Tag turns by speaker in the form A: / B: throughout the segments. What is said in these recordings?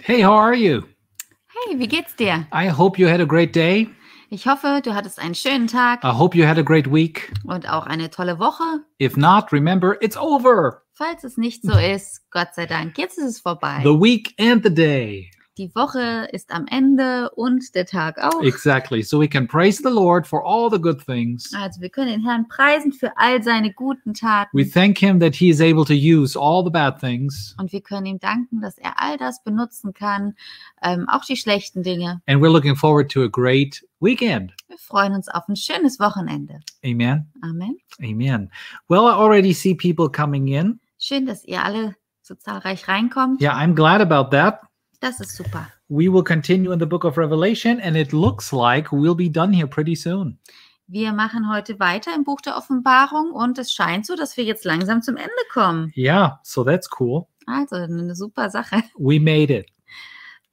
A: Hey, how are you?
B: Hey, wie geht's dir?
A: I hope you had a great day.
B: Ich hoffe, du hattest einen schönen Tag
A: I hope you had a great week.
B: und auch eine tolle Woche.
A: If not, remember, it's over.
B: Falls es nicht so ist, Gott sei Dank, jetzt ist es vorbei.
A: The week and the day.
B: Die Woche ist am Ende und der Tag auch.
A: Exactly. So we can praise the Lord for all the good things.
B: Also wir können den Herrn preisen für all seine guten Taten
A: We thank Him that He is able to use all the bad things.
B: und wir können ihm danken, dass er all das benutzen kann, ähm, auch die schlechten Dinge.
A: And we're looking forward to a great weekend.
B: Wir freuen uns auf ein schönes Wochenende.
A: Amen.
B: Amen.
A: Amen. Well, I already see people coming in.
B: Schön, dass ihr alle so zahlreich reinkommt.
A: Yeah, I'm glad about that.
B: Das ist super.
A: We will continue in the book of Revelation, and it looks like we'll be done here pretty soon.
B: Wir machen heute weiter im Buch der Offenbarung und es scheint so, dass wir jetzt langsam zum Ende kommen.
A: Yeah, so that's cool.
B: Also eine super Sache.
A: We made it.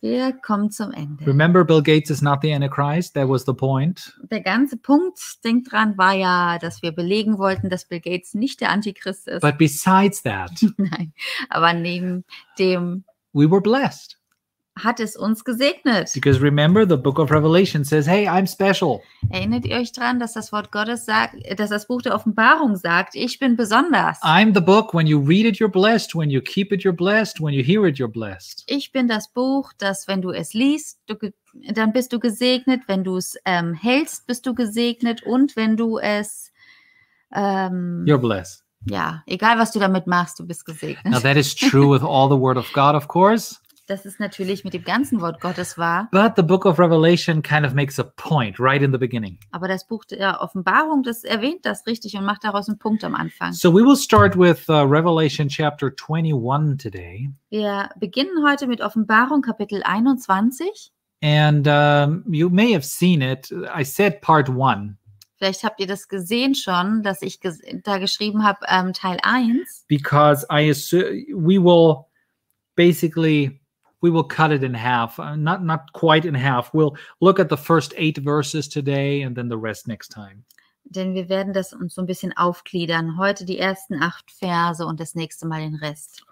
B: Wir kommen zum Ende.
A: Remember, Bill Gates is not the Antichrist. That was the point.
B: Der ganze Punkt, denkt dran, war ja, dass wir belegen wollten, dass Bill Gates nicht der Antichrist ist.
A: But besides that,
B: Nein, aber neben dem
A: we were blessed
B: hat es uns gesegnet.
A: because remember, the book of Revelation says, Hey, I'm special.
B: Erinnert ihr euch dran, dass das Wort Gottes sagt, dass das Buch der Offenbarung sagt, ich bin besonders.
A: I'm the book. When you read it, you're blessed. When you keep it, you're blessed. When you hear it, you're blessed.
B: Ich bin das Buch, das, wenn du es liest, du, ge- dann bist du gesegnet. Wenn du es ähm, hältst, bist du gesegnet. Und wenn du es, ähm,
A: You're blessed.
B: ja, egal was du damit machst, du bist
A: Now,
B: gesegnet.
A: that is true with all the word of God, of course.
B: Das ist natürlich mit dem ganzen Wort Gottes wahr.
A: But the book of Revelation kind of makes a point right in the beginning.
B: Aber das Buch der Offenbarung, das erwähnt das richtig und macht daraus einen Punkt am Anfang.
A: So we will start with uh, Revelation chapter 21 today.
B: Wir beginnen heute mit Offenbarung Kapitel 21.
A: And um, you may have seen it. I said part one
B: Vielleicht habt ihr das gesehen schon, dass ich ges da geschrieben habe, ähm, Teil 1.
A: because I assume we will basically we will cut it in half. Uh, not not quite in half. We'll look at the first eight verses today and then the rest next time.
B: denn wir werden das uns so ein bisschen aufgliedern. Heute die ersten acht Verse und das nächste Mal den Rest.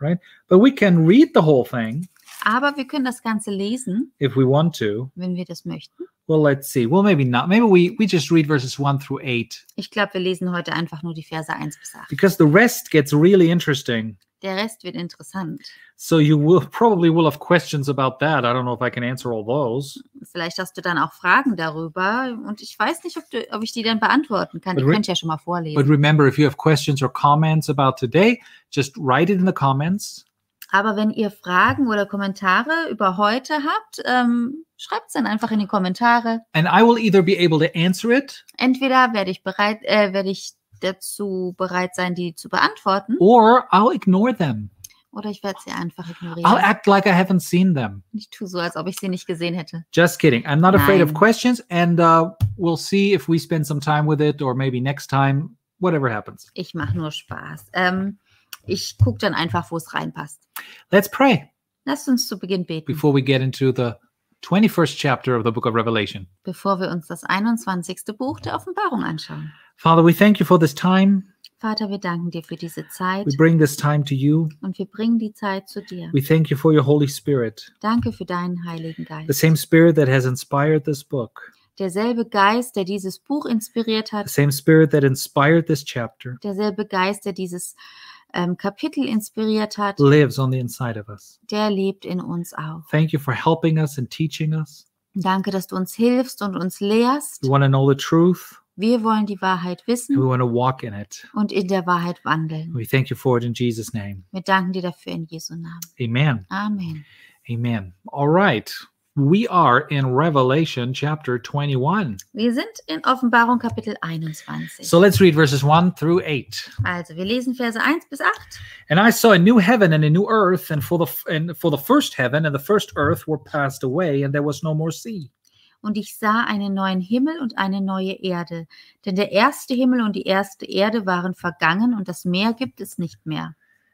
A: But we can read the whole thing
B: Aber wir können das Ganze lesen,
A: if we want to.
B: wenn wir das möchten.
A: Well, let's see. Well, maybe not. Maybe we we just read verses one through eight
B: Ich glaube, wir lesen heute einfach nur die Verse 1 bis 8.
A: because the rest gets really interesting.
B: Der Rest wird interessant.
A: So you will probably will have questions about that. I don't know if I can answer all those.
B: Vielleicht hast du dann auch Fragen darüber und ich weiß nicht, ob, du, ob ich die dann beantworten kann. Die
A: But re-
B: könnt ihr ja schon mal
A: But
B: vorlesen.
A: remember, if you have questions or comments about today, just write it in the comments.
B: Aber wenn ihr Fragen oder Kommentare über heute habt, ähm, schreibt es dann einfach in die Kommentare.
A: And I will either be able to answer it
B: Entweder werde ich bereit, äh, werde ich dazu bereit sein, die zu beantworten.
A: or I'll ignore them.
B: Oder ich werde sie einfach
A: I'll
B: ignorieren.
A: act like I haven't seen them.
B: Ich tue so, als ob ich sie nicht gesehen hätte.
A: Just kidding. I'm not afraid of
B: Nein.
A: questions. And uh, we'll see if we spend some time with it or maybe next time, whatever happens.
B: Ich mache nur Spaß. Ähm, ich gucke dann einfach, wo es reinpasst.
A: Let's pray
B: Lasst uns zu Beginn beten,
A: before we get into the 21st chapter of the book of Revelation.
B: bevor wir uns das 21. Buch der Offenbarung anschauen.
A: Father, we thank you for this time.
B: Vater, wir danken dir für diese
A: We
B: Zeit
A: bring this time to you.
B: und wir bringen die Zeit zu dir.
A: We thank you for your Holy Spirit,
B: Danke für deinen Heiligen
A: the
B: Geist.
A: same Spirit that has inspired this book,
B: Derselbe Geist, der dieses Buch inspiriert
A: the
B: hat,
A: same Spirit that inspired this chapter,
B: derselbe Geist, der dieses ähm, Kapitel inspiriert hat,
A: lives on the inside of us.
B: der lebt in uns auch.
A: Thank you for helping us and teaching us.
B: Danke, dass du uns hilfst und uns lehrst.
A: We want to know the truth
B: Wir wollen die Wahrheit
A: and we
B: wissen
A: want to walk in it.
B: und in der Wahrheit wandeln.
A: We thank you for it in Jesus' name.
B: Wir danken dir dafür in Jesu Namen.
A: Amen.
B: Amen.
A: Amen. All right. We are in Revelation chapter 21.
B: Wir sind in Offenbarung Kapitel 21.
A: So let's read verses 1 through 8.
B: Also, wir lesen Verse 1 bis 8.
A: And I saw a new heaven and a new earth, and for the f- and for the first heaven and the first earth were passed away, and there was no more sea.
B: Und ich sah einen neuen Himmel und eine neue Erde. Denn der erste Himmel und die erste Erde waren vergangen und das Meer gibt es nicht mehr.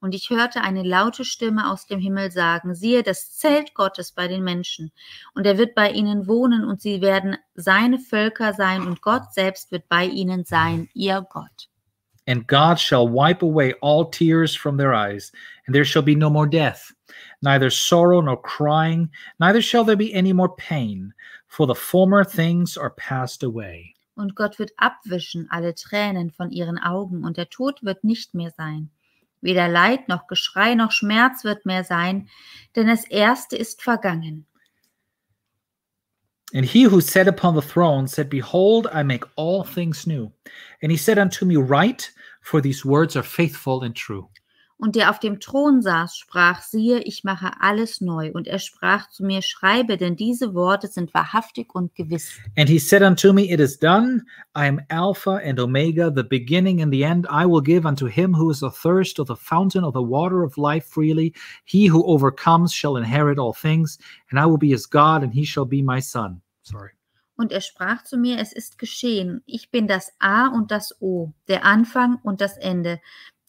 B: Und ich hörte eine laute Stimme aus dem Himmel sagen, siehe das Zelt Gottes bei den Menschen, und er wird bei ihnen wohnen, und sie werden seine Völker sein, und Gott selbst wird bei ihnen sein, ihr Gott.
A: And God shall wipe away all tears from their eyes, and there shall be no more death, neither sorrow nor crying, neither shall there be any more pain, for the former things are passed away.
B: Und Gott wird abwischen alle Tränen von ihren Augen, und der Tod wird nicht mehr sein. Weder Leid noch Geschrei noch Schmerz wird mehr sein, denn das Erste ist vergangen.
A: And he who sat upon the throne said, Behold, I make all things new. And he said unto me, Write, for these words are faithful and true.
B: Und der auf dem Thron saß, sprach, siehe, ich mache alles neu. Und er sprach zu mir, schreibe, denn diese Worte sind wahrhaftig und gewiss.
A: And he said unto me, It is done. I am Alpha and Omega, the beginning and the end. I will give unto him who is athirst of the fountain of the water of life freely. He who overcomes shall inherit all things, and I will be his God, and he shall be my son. Sorry.
B: Und er sprach zu mir, es ist geschehen. Ich bin das A und das O, der Anfang und das Ende.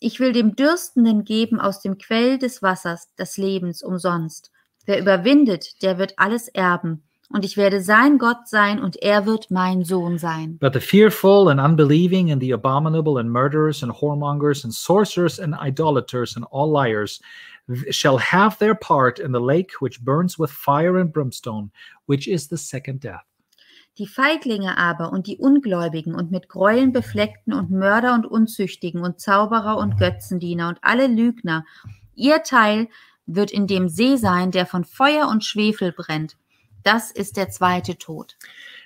B: Ich will dem Dürstenden geben aus dem Quell des Wassers, des Lebens, umsonst. Wer überwindet, der wird alles erben. Und ich werde sein Gott sein und er wird mein Sohn sein.
A: But the fearful and unbelieving and the abominable and murderers and whoremongers and sorcerers and idolaters and all liars th- shall have their part in the lake which burns with fire and brimstone, which is the second death.
B: Die Feiglinge aber und die Ungläubigen und mit Gräueln befleckten und Mörder und Unzüchtigen und Zauberer und Götzendiener und alle Lügner, ihr Teil wird in dem See sein, der von Feuer und Schwefel brennt. Das ist der zweite Tod.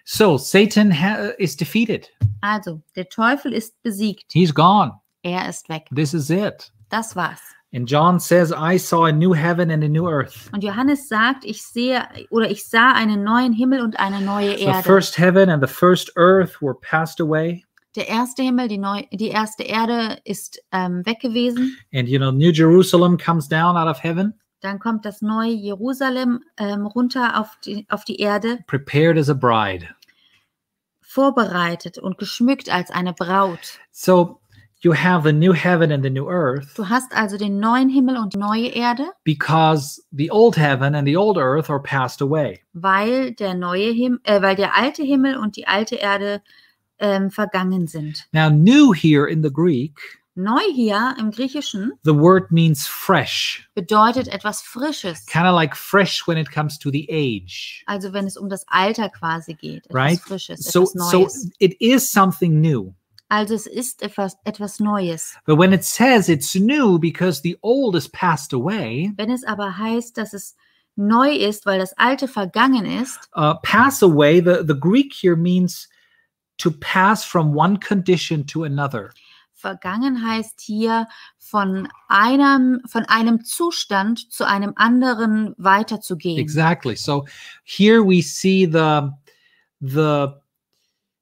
A: So Satan ha- is defeated.
B: Also, der Teufel ist besiegt.
A: He's gone.
B: Er ist weg.
A: This is it.
B: Das war's.
A: And John says, I saw a new heaven and a new earth.
B: Und Johannes sagt, ich sehe oder ich sah einen neuen Himmel und eine neue
A: The
B: Erde.
A: first heaven and the first earth were passed away.
B: Der erste Himmel, die, neu, die erste Erde ist ähm, weg gewesen.
A: And, you know, New Jerusalem comes down out of heaven,
B: Dann kommt das neue Jerusalem ähm, runter auf die, auf die Erde,
A: prepared as a bride.
B: vorbereitet und geschmückt als eine Braut.
A: So you have the new heaven and the new earth
B: Du hast also den neuen Himmel und die neue Erde,
A: because the old heaven and the old earth are passed away.
B: weil der neue Him äh, weil der alte Himmel und die alte Erde ähm, vergangen sind.
A: Now, new here in the Greek,
B: Neu hier im Griechischen
A: the word means fresh,
B: bedeutet etwas Frisches.
A: kind of like fresh when it comes to the age.
B: Also wenn es um das Alter quasi geht, etwas
A: Right.
B: Frisches,
A: So,
B: etwas
A: so
B: Neues.
A: it is something new.
B: also es ist etwas, etwas Neues.
A: But when it says it's new because the old is passed away,
B: Wenn es aber heißt, dass es neu ist, weil das Alte vergangen ist,
A: uh, pass away, the, the Greek here means to pass from one condition to another.
B: vergangen heißt hier von einem, von einem Zustand zu einem anderen weiterzugehen.
A: Exactly. So here we see the the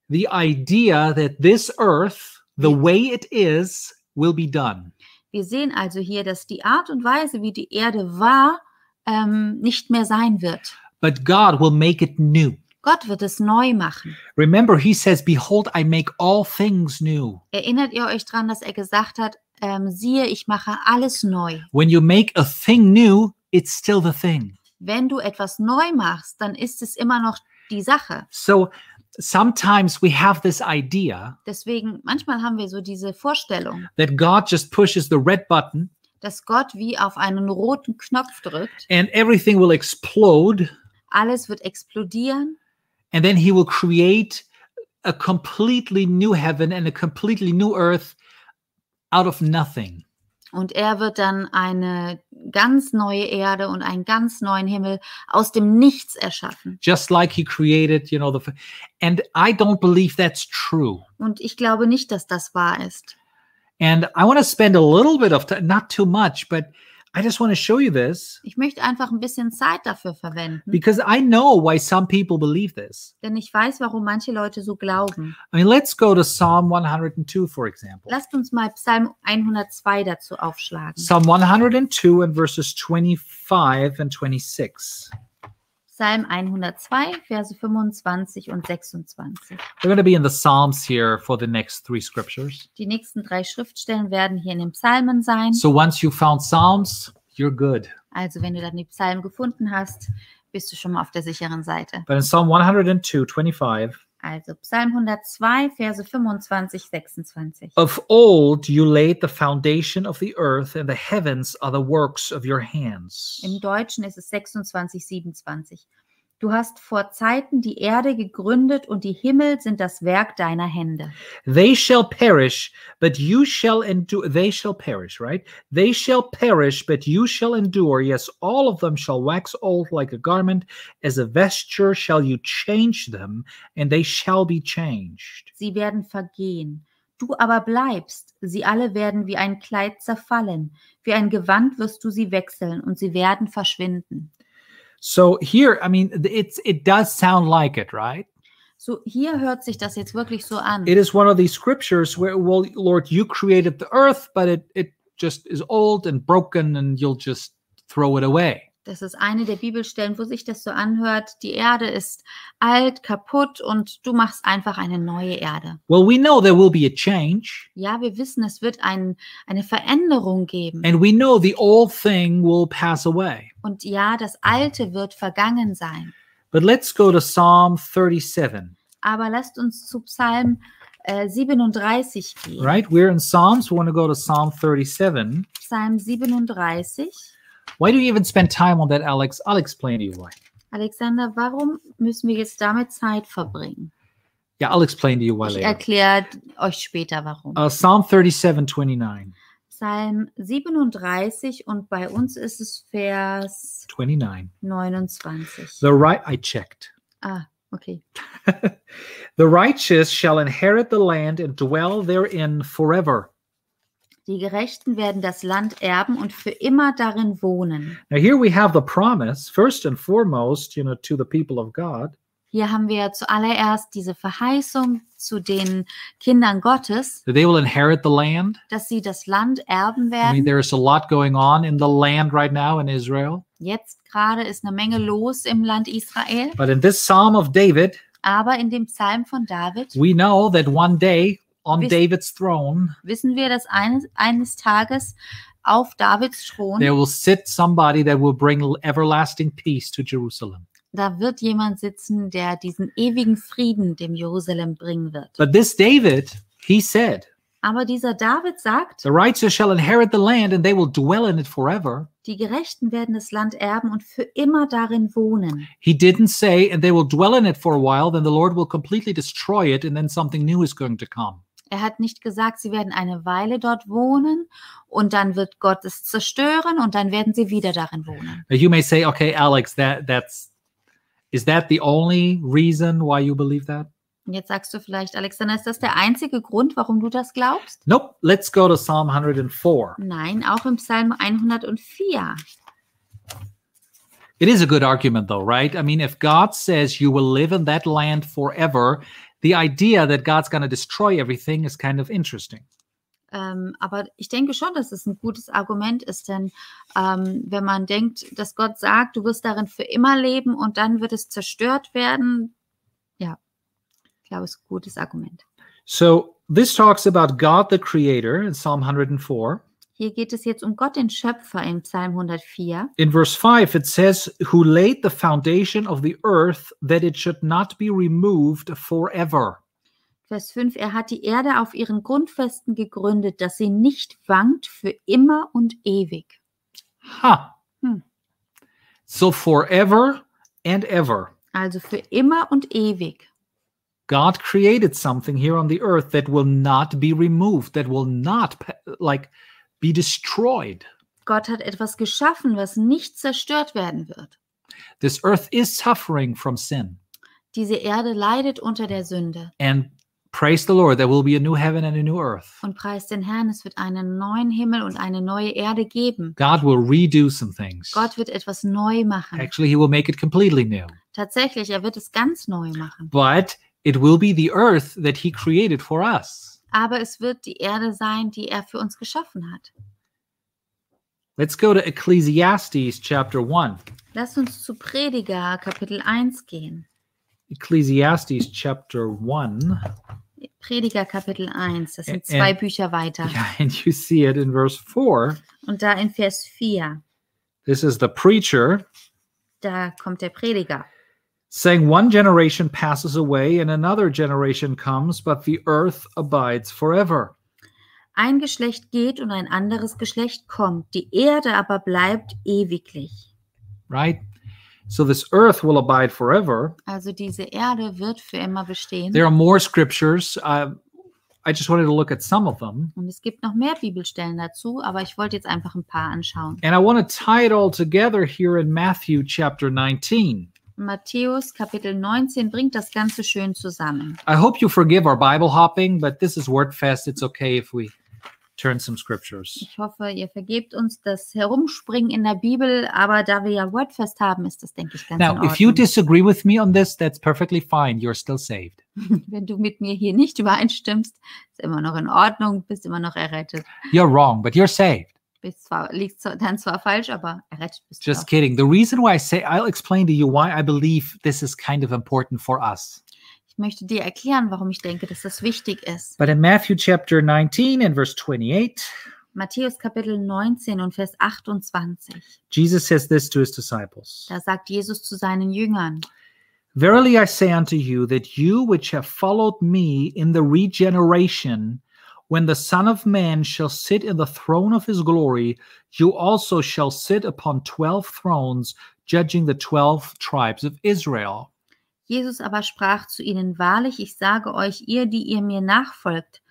A: the idea that this earth, the
B: Yeah.
A: way it is, will be done.
B: Wir sehen also hier, dass die Art und Weise, wie die Erde war, ähm, nicht mehr sein wird.
A: But God will make it new.
B: Gott wird es neu machen.
A: Remember, he says, Behold, I make all things new.
B: Erinnert ihr euch daran, dass er gesagt hat, ähm, siehe, ich mache alles neu.
A: When you make a thing new, it's still the thing.
B: wenn du etwas neu machst, dann ist es immer noch die Sache.
A: So sometimes we have this idea
B: Deswegen, manchmal haben wir so diese Vorstellung,
A: that God just pushes the red button
B: dass Gott wie auf einen roten Knopf drückt,
A: and everything will explode,
B: alles wird explodieren
A: and then he will create a completely new heaven and a completely new earth out of nothing.
B: und er wird dann eine ganz neue Erde und einen ganz neuen Himmel aus dem Nichts erschaffen.
A: Just like he created, you know, the. f- And I don't believe that's true.
B: Und ich glaube nicht, dass das wahr ist.
A: And I want to spend a little bit of time, not too much, but I just want to show you this
B: Ich möchte einfach ein bisschen Zeit dafür verwenden,
A: because I know why some people believe this.
B: denn ich weiß, warum manche Leute so glauben.
A: I mean, let's go to Psalm 102, for example.
B: Lasst uns mal Psalm 102 dazu aufschlagen.
A: Psalm 102 and verses 25 and 26.
B: Psalm 102, Verse 25 und 26.
A: We're going to be in the Psalms here for the next three scriptures.
B: Die nächsten drei Schriftstellen werden hier in den Psalmen sein.
A: So once you found Psalms, you're good.
B: Also wenn du dann die Psalmen gefunden hast, bist du schon mal auf der sicheren Seite.
A: But in Psalm 102, 25,
B: Also Psalm 102, Verse 25, 26.
A: of old you laid the foundation of the earth, and the heavens are the works of your hands.
B: Im Deutschen ist es 26, 27. Du hast vor Zeiten die Erde gegründet und die Himmel sind das Werk deiner Hände.
A: They shall perish, but you shall endure. They shall perish, right? They shall perish, but you shall endure. Yes, all of them shall wax old like a garment. As a vesture shall you change them, and they shall be changed.
B: Sie werden vergehen. Du aber bleibst. Sie alle werden wie ein Kleid zerfallen. Wie ein Gewand wirst du sie wechseln und sie werden verschwinden.
A: So here, I mean, th- it's it does sound like it, right?
B: So, hier hört sich das jetzt wirklich so an.
A: It is one of these scriptures where, well, Lord, you created the earth, but it it just is old and broken, and you'll just throw it away.
B: Das ist eine der Bibelstellen, wo sich das so anhört. Die Erde ist alt, kaputt und du machst einfach eine neue Erde.
A: Well, we know there will be a change,
B: Ja, wir wissen, es wird ein, eine Veränderung geben.
A: and we know the old thing will pass away.
B: Und ja, das Alte wird vergangen sein.
A: But let's go to Psalm 37,
B: Aber lasst uns zu Psalm äh, 37 gehen.
A: right? We're in Psalms. We want to go to Psalm 37.
B: Psalm 37.
A: Why do you even spend time on that, Alex? I'll explain to you why.
B: Alexander, warum müssen wir jetzt damit Zeit verbringen?
A: Yeah, I'll explain to you why
B: Ich
A: later.
B: erkläre euch später warum.
A: Uh, Psalm 37, 29.
B: Psalm 37 und bei uns ist es Vers
A: 29.
B: 29.
A: The right, I checked.
B: Ah, okay.
A: The righteous shall inherit the land and dwell therein forever.
B: Die Gerechten werden das Land erben und für immer darin wohnen.
A: Now, here we have the promise, first and foremost, you know, to the people of God,
B: Hier haben wir zuallererst diese Verheißung zu den Kindern Gottes,
A: that they will inherit the land.
B: dass sie das Land erben
A: I mean,
B: werden.
A: there's a lot going on in the land right now in Israel.
B: Jetzt gerade ist eine Menge los im Land Israel,
A: But in this Psalm of David,
B: aber in dem Psalm von David
A: we know that one day on
B: Vis-
A: David's throne,
B: wissen wir, dass eines, eines Tages auf Davids
A: there
B: Thron,
A: will sit somebody that will bring everlasting peace to Jerusalem.
B: da wird jemand sitzen, der diesen ewigen Frieden dem Jerusalem bringen wird.
A: But this David, he said,
B: Aber dieser David sagt,
A: The righteous shall inherit the land and they will dwell in it forever.
B: Die Gerechten werden das Land erben und für immer darin wohnen.
A: He didn't say, and they will dwell in it for a while, then the Lord will completely destroy it, and then something new is going to come.
B: Er hat nicht gesagt, sie werden eine Weile dort wohnen und dann wird Gott es zerstören und dann werden sie wieder darin wohnen.
A: Now, you may say, okay, Alex, that that's is that the only reason why you believe that?
B: Und jetzt sagst du vielleicht, Alexander, ist das der einzige Grund, warum du das glaubst?
A: Nope. Let's go to Psalm 104.
B: Nein, auch im Psalm 104.
A: It is a good argument, though, right? I mean, if God says you will live in that land forever, the idea that God's going to destroy everything is kind of interesting.
B: Ähm, aber ich denke schon, dass es ein gutes Argument ist, denn ähm, wenn man denkt, dass Gott sagt, du wirst darin für immer leben und dann wird es zerstört werden, ja, ich glaube, es ist ein gutes Argument.
A: So, this talks about God the Creator in Psalm 104.
B: Hier geht es jetzt um Gott, den Schöpfer in Psalm 104.
A: in verse 5 it says who laid the foundation of the earth that it should not be removed forever
B: Vers 5, er hat die Erde auf ihren Grundfesten gegründet, dass sie nicht wankt für immer und ewig.
A: ha
B: Hmm.
A: so forever and ever
B: Also für immer und ewig.
A: god created something here on the earth that will not be removed that will not pa- like be destroyed
B: Gott hat etwas geschaffen, was nicht zerstört werden wird.
A: this earth is suffering from sin
B: Diese Erde leidet unter der Sünde.
A: and Praise the Lord, there will be a new heaven and a new earth.
B: Und preist den Herrn, es wird einen neuen Himmel und eine neue Erde geben.
A: God will redo some things.
B: Gott wird etwas neu machen.
A: Actually, He will make it completely new.
B: Tatsächlich, er wird es ganz neu machen.
A: But it will be the earth that He created for us.
B: Aber es wird die Erde sein, die er für uns geschaffen hat.
A: Let's go to Ecclesiastes chapter 1.
B: Lass uns zu Prediger Kapitel 1 gehen.
A: Ecclesiastes chapter 1.
B: Prediger Kapitel 1, das sind
A: Ä- äh,
B: zwei Bücher weiter.
A: Yeah, and you see it in verse 4.
B: Und da in Vers 4,
A: This is the preacher
B: da kommt der Prediger.
A: saying, One generation passes away and another generation comes, but the earth abides forever.
B: Ein Geschlecht geht und ein anderes Geschlecht kommt, die Erde aber bleibt ewiglich.
A: Right? So this earth will abide forever.
B: Also diese Erde wird für immer bestehen.
A: There are more scriptures. Uh, I just wanted to look at some of them.
B: Und es gibt noch mehr Bibelstellen dazu, aber ich wollte jetzt einfach ein paar anschauen.
A: And I want to tie it all together here in Matthew chapter 19.
B: Matthäus Kapitel 19 bringt das Ganze schön zusammen.
A: I hope you forgive our Bible hopping, but this is WordFest. It's okay if we turn some scriptures.
B: Ich hoffe, ihr vergebt uns das Herumspringen in der Bibel, aber da wir ja Wordfest haben, ist das, denke ich, ganz in
A: Now, if you
B: Ordnung.
A: disagree with me on this, that's perfectly fine. You're still saved.
B: Wenn du mit mir hier nicht übereinstimmst, ist immer noch in Ordnung, bist immer noch errettet.
A: You're wrong, but you're saved.
B: Bist zwar, liegt zwar, dann zwar falsch, aber errettet bist du.
A: Just
B: doch.
A: kidding. The reason why I say I'll explain to you why I believe this is kind of important for us.
B: Ich möchte dir erklären, warum ich denke, dass das wichtig ist.
A: But in Matthew chapter 19 and verse 28,
B: Matthäus Kapitel 19 und Vers 28.
A: Jesus says this to his disciples.
B: Da sagt Jesus zu seinen Jüngern,
A: Verily I say unto you that you which have followed me in the regeneration, when the Son of Man shall sit in the throne of his glory, you also shall sit upon twelve thrones, judging the twelve tribes of Israel.
B: Jesus aber sprach zu ihnen, wahrlich, ich sage euch, ihr, die ihr mir nachfolgt,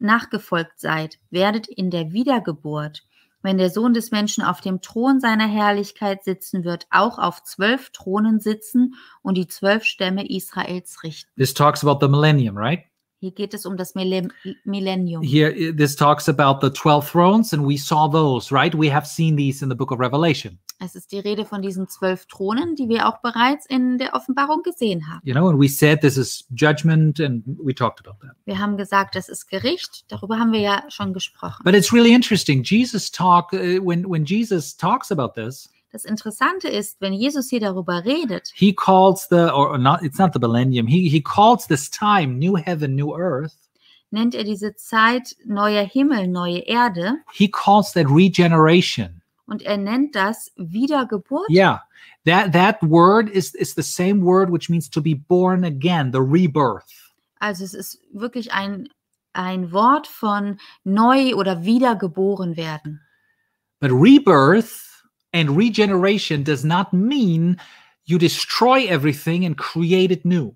B: nachgefolgt seid, werdet in der Wiedergeburt, wenn der Sohn des Menschen auf dem Thron seiner Herrlichkeit sitzen wird, auch auf zwölf Thronen sitzen und die zwölf Stämme Israels richten.
A: This talks about the millennium, right?
B: Hier geht es um das Mille- Millennium.
A: Here, i- this talks about the 12 thrones, and we saw those, right? We have seen these in the book of Revelation,
B: Es ist die Rede von diesen zwölf Thronen, die wir auch bereits in der Offenbarung gesehen haben.
A: you know, and we said this is judgment, and we talked about that.
B: Wir haben gesagt, das ist Gericht, darüber haben wir ja schon gesprochen.
A: But it's really interesting. Jesus talk uh, when when Jesus talks about this,
B: Das Interessante ist, wenn Jesus hier darüber redet,
A: he calls the or, or not. It's not the millennium. He he calls this time new heaven, new earth.
B: nennt er diese Zeit neuer Himmel, neue Erde
A: He calls that regeneration.
B: und er nennt das Wiedergeburt.
A: Yeah, that that word is is the same word which means to be born again, the rebirth.
B: Also es ist wirklich ein, ein Wort von neu oder wiedergeboren werden.
A: But rebirth and regeneration does not mean you destroy everything and create it new.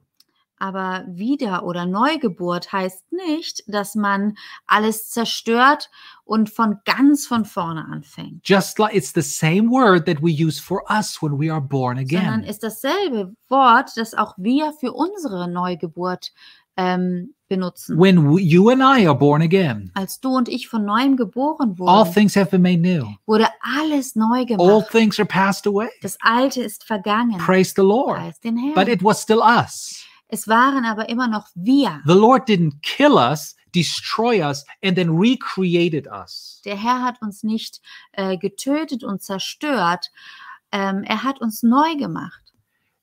B: Aber Wieder- oder Neugeburt heißt nicht, dass man alles zerstört und von ganz von vorne anfängt,
A: Just like it's the same word that we use for us when we are born
B: sondern
A: again.
B: ist dasselbe Wort, das auch wir für unsere Neugeburt ähm, benutzen.
A: when we, you and I are born again,
B: Als du und ich von neuem geboren
A: all
B: wurden,
A: things have been made new.
B: wurde alles neu
A: All
B: gemacht.
A: things are passed away.
B: Das Alte ist vergangen.
A: Praise the Lord.
B: Preis den
A: But
B: Herrn.
A: it was still us.
B: Es waren aber immer noch wir.
A: The Lord didn't kill us, destroy us, and then recreated us.
B: Der Herr hat uns nicht äh, getötet und zerstört. Ähm, er hat uns neu gemacht.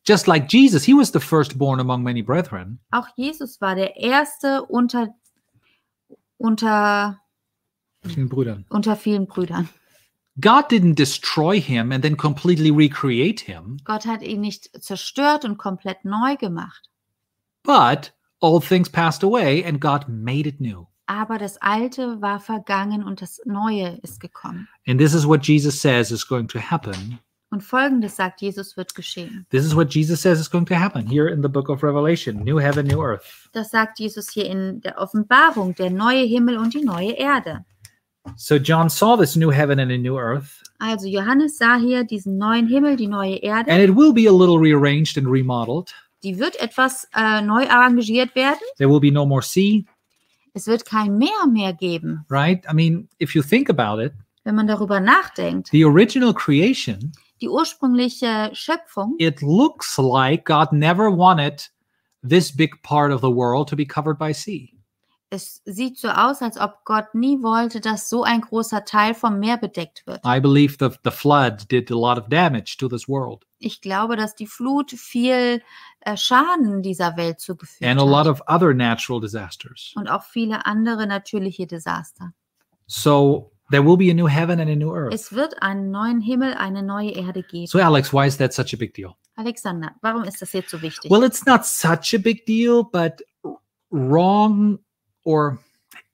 A: Just like Jesus, he was the firstborn among many brethren.
B: Auch Jesus war der Erste unter, unter,
A: Vielen Brüdern.
B: unter vielen Brüdern.
A: God didn't destroy him and then completely recreate him,
B: Gott hat ihn nicht zerstört und komplett neu gemacht.
A: but all things passed away and God made it new.
B: Aber das Alte war vergangen und das Neue ist gekommen.
A: And this is what Jesus says is going to happen.
B: Und folgendes sagt Jesus wird geschehen.
A: This is what Jesus says is going to happen here in the book of Revelation new heaven, new earth.
B: Das sagt Jesus hier in der Offenbarung, der neue Himmel und die neue Erde.
A: So John saw this new heaven and a new earth,
B: Also Johannes sah hier diesen neuen Himmel, die neue Erde.
A: and it will be a little rearranged and remodeled.
B: die wird etwas äh, neu arrangiert werden.
A: There will be no more sea,
B: Es wird kein Meer mehr geben.
A: right? I mean, if you think about it,
B: Wenn man darüber nachdenkt,
A: the original creation,
B: die ursprüngliche Schöpfung,
A: it looks like God never wanted this big part of the world to be covered by sea.
B: es sieht so aus, als ob Gott nie wollte, dass so ein großer Teil vom Meer bedeckt wird.
A: I believe the, the flood did a lot of damage to this world
B: Ich glaube, dass die Flut viel äh, Schaden dieser Welt zugefügt
A: and a lot
B: hat
A: of other natural disasters.
B: und auch viele andere natürliche Desaster.
A: So there will be a new heaven and a new earth.
B: Es wird einen neuen Himmel, eine neue Erde geben.
A: So, Alex, why is that such a big deal?
B: Alexander, warum ist das jetzt so wichtig?
A: Well, it's not such a big deal, but wrong or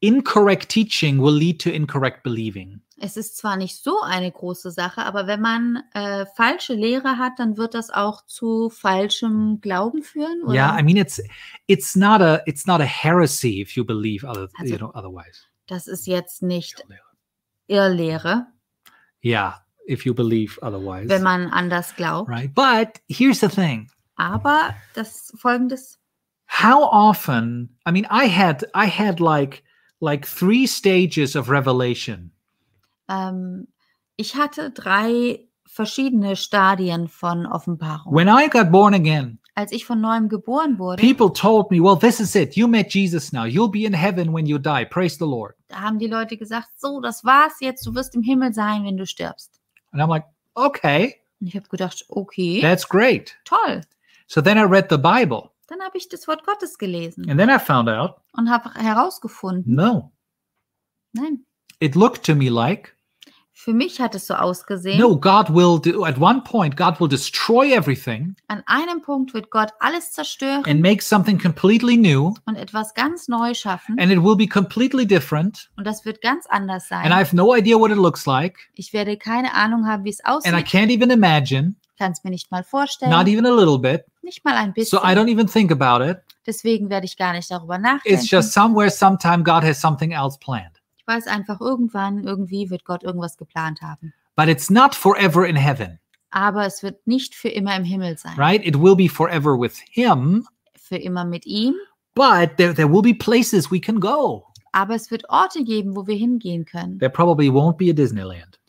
A: incorrect teaching will lead to incorrect believing.
B: es ist zwar nicht so eine große Sache, aber wenn man äh, falsche Lehre hat, dann wird das auch zu falschem Glauben führen. Oder?
A: Yeah, I mean it's it's not a it's not a heresy if you believe other
B: Also-
A: you know otherwise.
B: das ist jetzt nicht Irrlehre,
A: Yeah, if you believe otherwise.
B: wenn man anders glaubt.
A: Right. But here's the thing.
B: Aber das folgendes,
A: How often I mean I had I had like like three stages of revelation.
B: ähm, ich hatte drei verschiedene Stadien von Offenbarung.
A: When I got born again,
B: Als ich von neuem geboren wurde,
A: people told me, well, this is it. You met Jesus now. You'll be in heaven when you die. Praise the Lord.
B: da haben die Leute gesagt, so, das war's jetzt, du wirst im Himmel sein, wenn du stirbst.
A: And I'm like, okay,
B: Und ich habe gedacht, okay,
A: that's great.
B: toll.
A: So then I read the Bible
B: Dann habe ich das Wort Gottes gelesen
A: and then I found out,
B: und habe herausgefunden,
A: no,
B: nein,
A: it looked to me like,
B: für mich hat es so ausgesehen,
A: no, God will do, at one point, God will destroy everything
B: an einem Punkt wird Gott alles zerstören
A: and make something completely new
B: und etwas ganz neu schaffen
A: and it will be completely different.
B: und das wird ganz anders
A: And I
B: sein.
A: have no idea what it looks like.
B: Ich werde keine Ahnung haben, wie es
A: And I
B: aussieht,
A: can't even imagine,
B: kann es mir nicht mal
A: not
B: vorstellen,
A: even a little bit.
B: nicht mal
A: So
B: ein
A: I
B: bisschen.
A: don't even think about it.
B: Deswegen werde ich gar nicht darüber
A: It's
B: nachdenken.
A: just somewhere, sometime God has something else planned.
B: Ich weiß einfach, irgendwann, irgendwie wird Gott irgendwas geplant haben.
A: but it's not forever in heaven,
B: Aber es wird nicht für immer im Himmel sein,
A: right? It will be forever with Him,
B: für immer mit ihm.
A: but there, there will be places we can go.
B: Aber es wird Orte geben, wo wir hingehen können.
A: There probably won't be a Disneyland.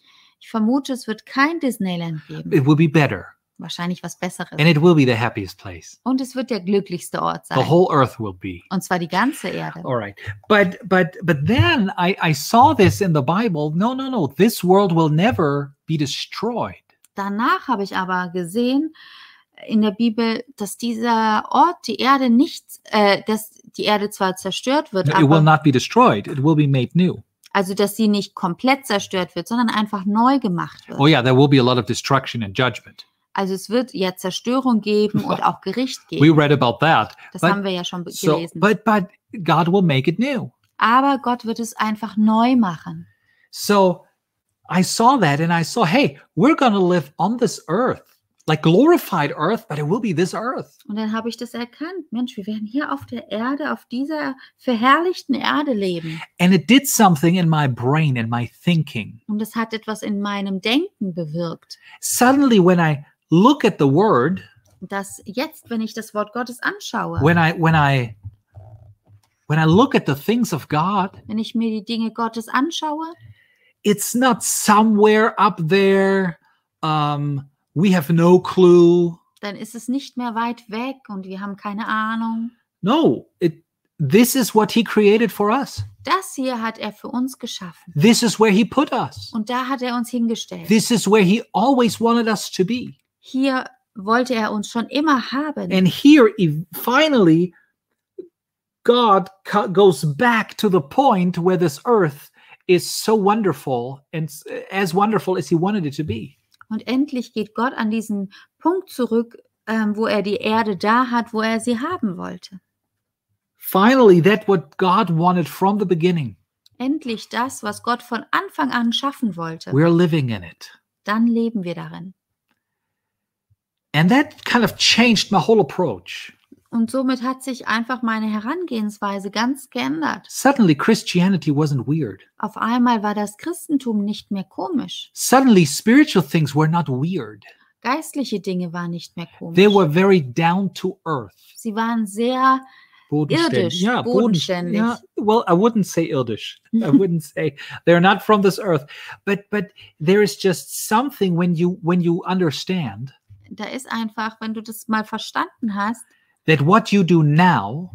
B: Ich vermute, es wird kein Disneyland geben.
A: It will be better,
B: Wahrscheinlich was Besseres.
A: and it will be the happiest place.
B: Und es wird der glücklichste Ort
A: The
B: sein.
A: whole earth will be.
B: Und zwar die ganze Erde.
A: All right. But but but then I I saw this in the Bible. No, no, no. This world will never be destroyed.
B: Danach habe ich aber gesehen äh, in der Bibel, dass dieser Ort, die Erde nicht, äh, dass die Erde zwar zerstört wird,
A: It will
B: aber,
A: not be destroyed. It will be made new.
B: also dass sie nicht komplett zerstört wird, sondern einfach neu gemacht
A: Oh
B: wird.
A: yeah, there will be a lot of destruction and judgment.
B: Also es wird ja Zerstörung geben und auch Gericht
A: We
B: geben.
A: read about that.
B: Das
A: but-
B: haben wir ja schon be-
A: So
B: gelesen.
A: but but God will make it new.
B: Aber Gott wird es einfach neu machen.
A: So I saw that and I saw, hey, we're going to live on this earth, like glorified earth, but it will be this earth.
B: Und dann habe ich das erkannt. Mensch, wir werden hier auf der Erde, auf dieser verherrlichten Erde leben.
A: And it did something in my brain and my thinking.
B: Und es hat etwas in meinem Denken bewirkt.
A: Suddenly, when I look at the word,
B: Dass jetzt, wenn ich das Wort Gottes anschaue,
A: when I, when I, when I look at the things of God,
B: wenn ich mir die Dinge Gottes anschaue,
A: it's not somewhere up there. Um, we have no clue.
B: dann ist es nicht mehr weit weg und wir haben keine Ahnung.
A: No, it, this is what he created for us.
B: Das hier hat er für uns geschaffen.
A: This is where he put us.
B: Und da hat er uns hingestellt.
A: This is where he always wanted us to be.
B: Hier wollte er uns schon immer haben.
A: And here, ev- finally, God co- goes back to the point where this earth is so wonderful and s- as wonderful as he wanted it to be.
B: Und endlich geht Gott an diesen Punkt zurück, ähm, wo er die Erde da hat, wo er sie haben wollte.
A: Finally, that what God wanted from the beginning,
B: Endlich das, was Gott von Anfang an schaffen wollte.
A: we're living in it.
B: Dann leben wir darin.
A: And that kind of changed my whole approach.
B: Und somit hat sich einfach meine Herangehensweise ganz geändert.
A: Suddenly, Christianity wasn't weird.
B: Auf einmal war das Christentum nicht mehr komisch.
A: Suddenly, spiritual things were not weird.
B: Geistliche Dinge waren nicht mehr komisch.
A: They were very down to earth.
B: Sie waren sehr
A: Bodenständig.
B: Irdisch,
A: Ja,
B: bodenständig.
A: Yeah. Well, I wouldn't say irdish. I wouldn't say they're not from this earth. But but there is just something when you when you understand
B: da ist einfach, wenn du das mal verstanden hast,
A: that what you do now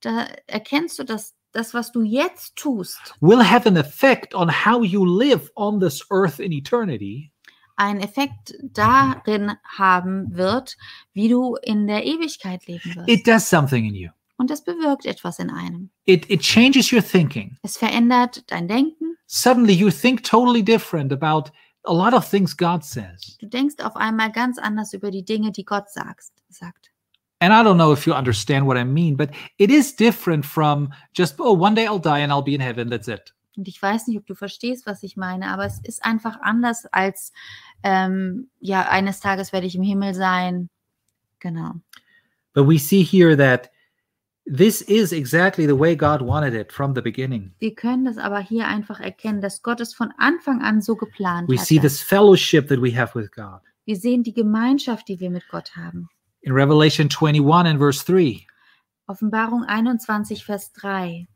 B: da erkennst du, dass das, was du jetzt tust,
A: will have an effect on how you live on this earth in eternity
B: einen Effekt darin haben wird, wie du in der Ewigkeit leben wirst.
A: it does something in you
B: Und das bewirkt etwas in einem.
A: it it changes your thinking
B: Es verändert dein Denken.
A: suddenly you think totally different about a lot of things god says
B: Du denkst auf einmal ganz anders über die Dinge, die Gott sagst, sagt.
A: and i don't know if you understand what i mean but it is different from just oh one day i'll die and i'll be in heaven that's it
B: Und ich weiß nicht, ob du verstehst, was ich meine, aber es ist einfach anders als, ähm, ja, eines Tages werde ich im Himmel sein. Genau.
A: but we see here that this is exactly the way god wanted it from the beginning
B: Wir können das aber hier einfach erkennen, dass Gott es von Anfang an so geplant
A: we see
B: hat.
A: this fellowship that we have with god
B: Wir sehen die Gemeinschaft, die wir mit Gott haben.
A: in revelation 21 and verse 3
B: Offenbarung 21, Vers 3.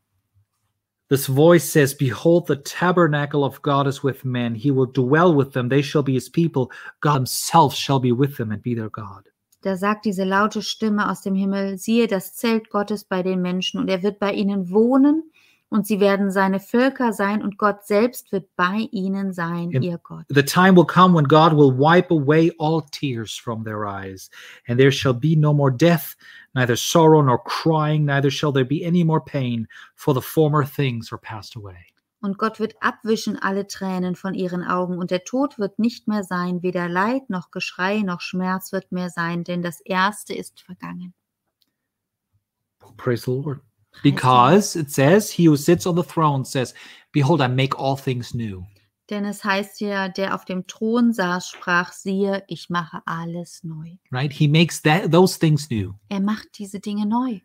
A: This voice says, Behold, the tabernacle of God is with men. He will dwell with them. They shall be his people. God himself shall be with them and be their God.
B: Da sagt diese laute Stimme aus dem Himmel, siehe das Zelt Gottes bei den Menschen und er wird bei ihnen wohnen und sie werden seine Völker sein und Gott selbst wird bei ihnen sein,
A: Im-
B: ihr Gott.
A: The time will come when God will wipe away all tears from their eyes, and there shall be no more death, neither sorrow nor crying, neither shall there be any more pain, for the former things are passed away.
B: Und Gott wird abwischen alle Tränen von ihren Augen, und der Tod wird nicht mehr sein, weder Leid noch Geschrei noch Schmerz wird mehr sein, denn das Erste ist vergangen.
A: Praise the Lord. Because it says, He who sits on the throne says, Behold, I make all things new.
B: Denn es heißt ja, der auf dem Thron saß, sprach, siehe, ich mache alles neu.
A: Right? He makes that those things new.
B: Er macht diese Dinge neu.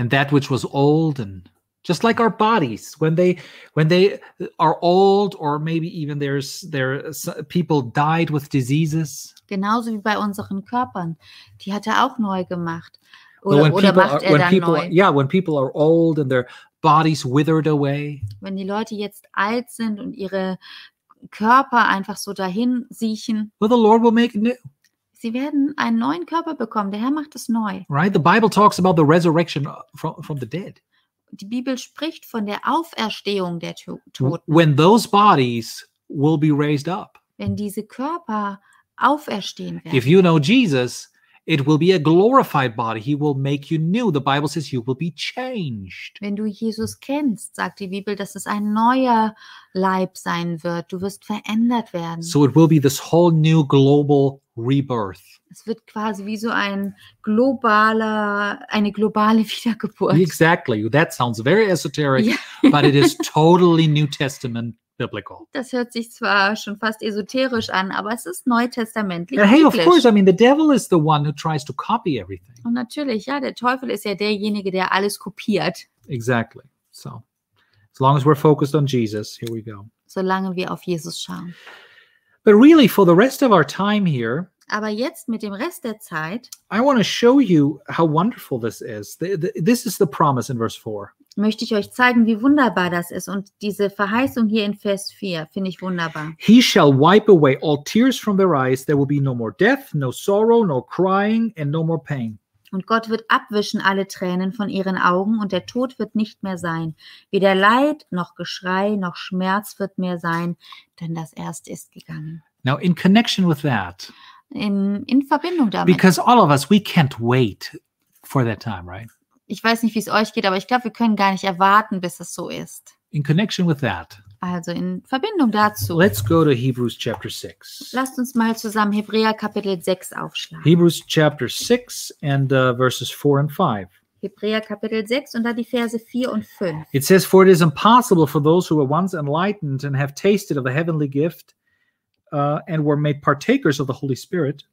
A: and that which was old and just like our bodies when they when they are old or maybe even there's there s- people died with diseases
B: Genauso wie bei unseren Körpern. Die hat er auch neu gemacht.
A: Or
B: Oder, oder
A: people
B: macht
A: are,
B: er
A: when
B: dann
A: people
B: neu.
A: yeah when people are old and their bodies withered away
B: Wenn die Leute jetzt alt sind und ihre Körper einfach so dahin siechen,
A: well the lord will make it new
B: sie werden einen neuen Körper bekommen. Der Herr macht es neu.
A: right the bible talks about the resurrection uh, from from the dead
B: Die Bibel spricht von der Auferstehung der To-
A: W-
B: Toten.
A: when those bodies will be raised up
B: Wenn diese Körper auferstehen werden.
A: if you know jesus it will be a glorified body he will make you new the bible says you will be changed
B: Wenn du Jesus kennst, sagt die Bibel, dass es ein neuer Leib sein wird. Du wirst verändert werden.
A: So it will be this whole new global rebirth.
B: Es wird quasi wie so ein globaler, eine globale Wiedergeburt.
A: Exactly. That sounds very esoteric,
B: Ja.
A: but it is totally New Testament biblical.
B: Das hört sich zwar schon fast esoterisch an, aber es ist neutestamentlich.
A: And hey, of
B: biblisch.
A: course, I mean, the devil is the one who tries to copy everything.
B: Und natürlich, ja, der Teufel ist ja derjenige, der alles kopiert,
A: Exactly. So as long as we're focused on Jesus, here we go.
B: solange wir auf Jesus schauen.
A: But really, for the rest of our time here,
B: Aber jetzt mit dem Rest der Zeit
A: I want to show you how wonderful this is. The- the- this is the promise in verse 4.
B: möchte ich euch zeigen, wie wunderbar das ist. Und diese Verheißung hier in Vers 4 finde ich wunderbar.
A: He shall wipe away all tears from their eyes. There will be no more death, no sorrow, no crying, and no more pain.
B: Und Gott wird abwischen alle Tränen von ihren Augen, und der Tod wird nicht mehr sein. Weder Leid noch Geschrei noch Schmerz wird mehr sein, denn das Erste ist gegangen.
A: Now, in connection with that,
B: In, in Verbindung damit.
A: because all of us, we can't wait for that time, right?
B: ich weiß nicht, wie es euch geht, aber ich glaube, wir können gar nicht erwarten, bis es so ist.
A: In connection with that,
B: Also in Verbindung dazu.
A: let's go to Hebrews chapter 6.
B: Lasst uns mal zusammen Hebräer Kapitel 6 aufschlagen.
A: Hebrews chapter 6 and uh, verses 4 and 5.
B: Hebräer Kapitel 6 und da die Verse 4 und 5.
A: It says, For it is impossible for those who were once enlightened and have tasted of the heavenly gift uh, and were made partakers of the Holy Spirit